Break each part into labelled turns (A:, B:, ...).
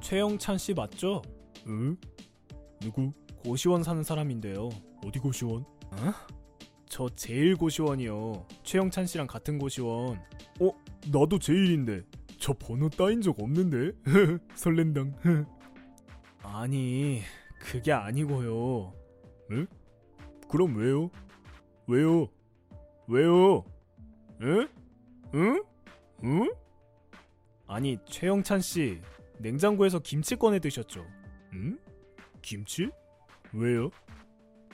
A: 최영찬 씨 맞죠? 응? 누구? 고시원 사는 사람인데요. 어디 고시원? 어? 저 제일 고시원이요. 최영찬 씨랑 같은 고시원. 어? 나도 제일인데. 저 번호 따인 적 없는데? 설렌당. 아니, 그게 아니고요. 응? 그럼 왜요? 왜요? 왜요? 응? 응? 응? 아니, 최영찬 씨, 냉장고에서 김치 꺼내 드셨죠? 응? 김치? 왜요?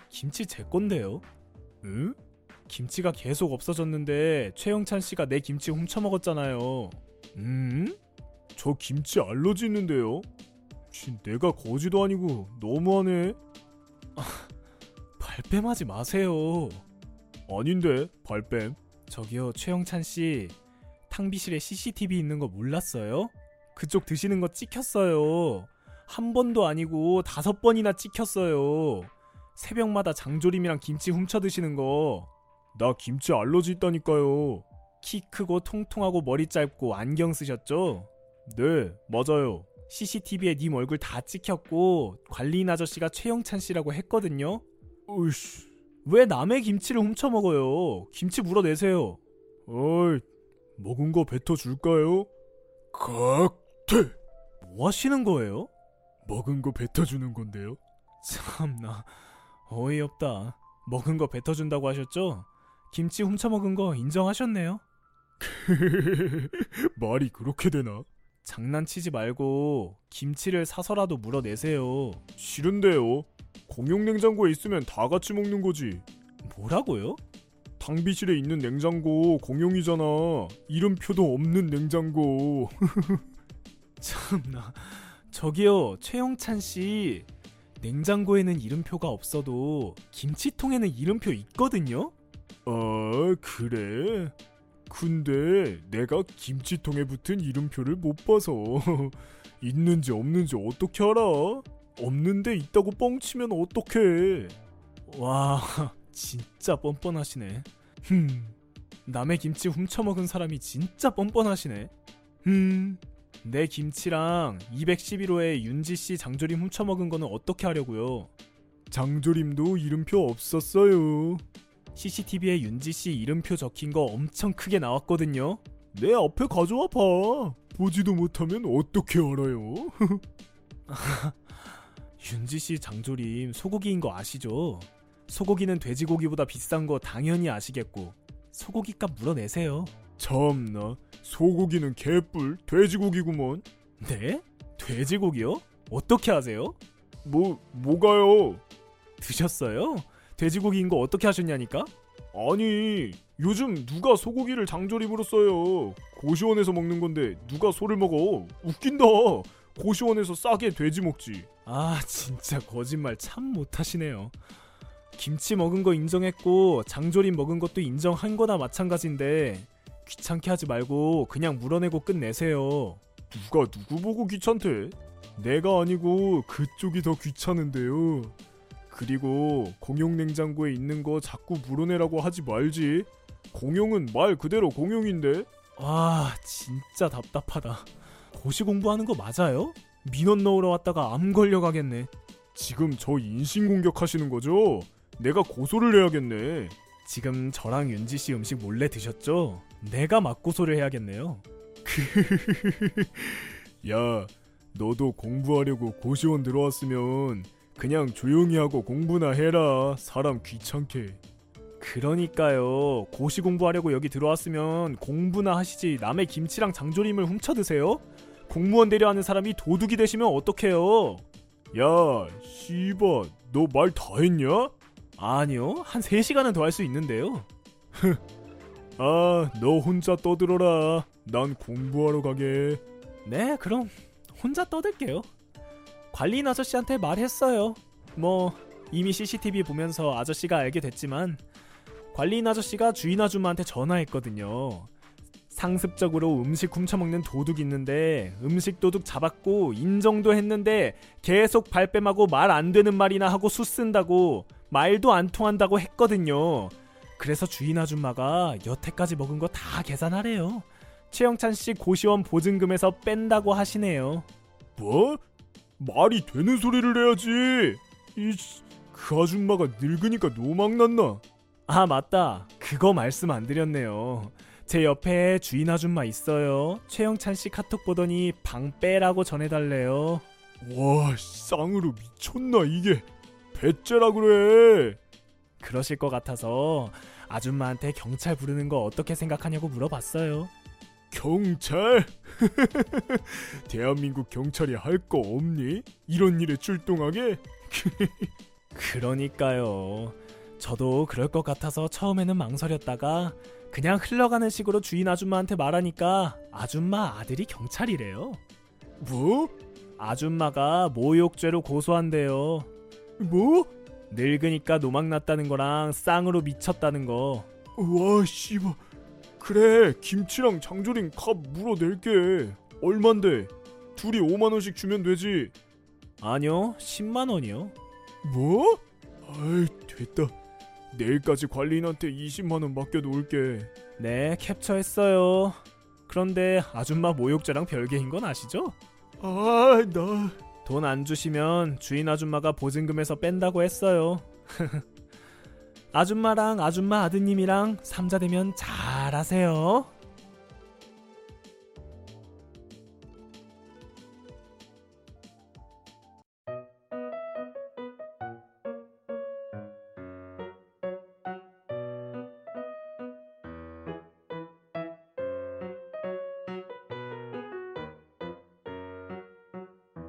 A: 김치 제 건데요. 응? 김치가 계속 없어졌는데 최영찬 씨가 내 김치 훔쳐 먹었잖아요. 음? 저 김치 알러지 있는데요. 씨, 내가 거지도 아니고 너무하네. 아, 발뺌하지 마세요. 아닌데 발뺌. 저기요 최영찬 씨 탕비실에 CCTV 있는 거 몰랐어요? 그쪽 드시는 거 찍혔어요. 한 번도 아니고 다섯 번이나 찍혔어요. 새벽마다 장조림이랑 김치 훔쳐 드시는 거. 나 김치 알러지 있다니까요. 키 크고 통통하고 머리 짧고 안경 쓰셨죠? 네, 맞아요. CCTV에 님 얼굴 다 찍혔고 관리인 아저씨가 최영찬 씨라고 했거든요. 으이씨. 왜 남의 김치를 훔쳐 먹어요? 김치 물어내세요. 어이, 먹은 거 뱉어 줄까요? 각퇴. 뭐 하시는 거예요? 먹은 거 뱉어 주는 건데요. 참나 어이없다. 먹은 거 뱉어 준다고 하셨죠? 김치 훔쳐 먹은 거 인정하셨네요. 말이 그렇게 되나? 장난치지 말고 김치를 사서라도 물어내세요. 싫은데요. 공용 냉장고에 있으면 다 같이 먹는 거지. 뭐라고요? 탕비실에 있는 냉장고 공용이잖아. 이름표도 없는 냉장고. 참나. 저기요, 최영찬 씨. 냉장고에는 이름표가 없어도 김치통에는 이름표 있거든요? 아, 그래? 근데 내가 김치통에 붙은 이름표를 못 봐서 있는지 없는지 어떻게 알아? 없는데 있다고 뻥치면 어떡해? 와, 진짜 뻔뻔하시네. 흠, 남의 김치 훔쳐먹은 사람이 진짜 뻔뻔하시네. 흠, 내 김치랑 211호에 윤지 씨 장조림 훔쳐먹은 거는 어떻게 하려고요? 장조림도 이름표 없었어요. CCTV에 윤지 씨 이름표 적힌 거 엄청 크게 나왔거든요. 내 앞에 가져와 봐. 보지도 못하면 어떻게 알아요? 윤지 씨 장조림 소고기인 거 아시죠? 소고기는 돼지고기보다 비싼 거 당연히 아시겠고 소고기값 물어내세요. 참나 소고기는 개뿔 돼지고기구먼. 네? 돼지고기요? 어떻게 하세요? 뭐 뭐가요? 드셨어요? 돼지고기인 거 어떻게 하셨냐니까? 아니 요즘 누가 소고기를 장조림으로 써요 고시원에서 먹는 건데 누가 소를 먹어 웃긴다 고시원에서 싸게 돼지 먹지 아 진짜 거짓말 참 못하시네요 김치 먹은 거 인정했고 장조림 먹은 것도 인정한 거나 마찬가지인데 귀찮게 하지 말고 그냥 물어내고 끝내세요 누가 누구 보고 귀찮대 내가 아니고 그쪽이 더 귀찮은데요 그리고 공용 냉장고에 있는 거 자꾸 물어내라고 하지 말지. 공용은 말 그대로 공용인데. 아, 진짜 답답하다. 고시 공부하는 거 맞아요? 민원 넣으러 왔다가 암 걸려 가겠네. 지금 저 인신 공격하시는 거죠? 내가 고소를 해야겠네. 지금 저랑 윤지 씨 음식 몰래 드셨죠? 내가 맞고소를 해야겠네요. 야, 너도 공부하려고 고시원 들어왔으면 그냥 조용히 하고 공부나 해라. 사람 귀찮게. 그러니까요. 고시 공부하려고 여기 들어왔으면 공부나 하시지 남의 김치랑 장조림을 훔쳐 드세요? 공무원 되려하는 사람이 도둑이 되시면 어떡해요? 야, 씨발, 너 말 다 했냐? 아니요. 한 3시간은 더 할 수 있는데요. 아, 너 혼자 떠들어라. 난 공부하러 가게. 네, 그럼 혼자 떠들게요. 관리인 아저씨한테 말했어요. 뭐 이미 CCTV 보면서 아저씨가 알게 됐지만 관리인 아저씨가 주인 아줌마한테 전화했거든요. 상습적으로 음식 훔쳐먹는 도둑 있는데 음식 도둑 잡았고 인정도 했는데 계속 발뺌하고 말 안 되는 말이나 하고 수 쓴다고 말도 안 통한다고 했거든요. 그래서 주인 아줌마가 여태까지 먹은 거 다 계산하래요. 최영찬 씨 고시원 보증금에서 뺀다고 하시네요. 뭐? 말이 되는 소리를 해야지. 이씨, 그 아줌마가 늙으니까 노망났나? 아 맞다. 그거 말씀 안 드렸네요. 제 옆에 주인 아줌마 있어요. 최영찬 씨 카톡 보더니 방 빼라고 전해달래요. 와 쌍으로 미쳤나 이게 배째라 그래. 그러실 것 같아서 아줌마한테 경찰 부르는 거 어떻게 생각하냐고 물어봤어요. 경찰? 대한민국 경찰이 할 거 없니? 이런 일에 출동하게? 그러니까요. 저도 그럴 것 같아서 처음에는 망설였다가 그냥 흘러가는 식으로 주인 아줌마한테 말하니까 아줌마 아들이 경찰이래요. 뭐? 아줌마가 모욕죄로 고소한대요. 뭐? 늙으니까 노망났다는 거랑 쌍으로 미쳤다는 거. 와 씨발. 그래 김치랑 장조림 값 물어낼게. 얼만데? 둘이 5만 원씩 주면 되지. 아니요 10만 원이요. 뭐? 아이 됐다. 내일까지 관리인한테 20만 원 맡겨 놓을게. 네, 캡처했어요. 그런데 아줌마 모욕죄랑 별개인 건 아시죠? 아, 나... 돈 안 주시면 주인 아줌마가 보증금에서 뺀다고 했어요. 아줌마랑 아줌마 아드님이랑 삼자 되면 잘하세요.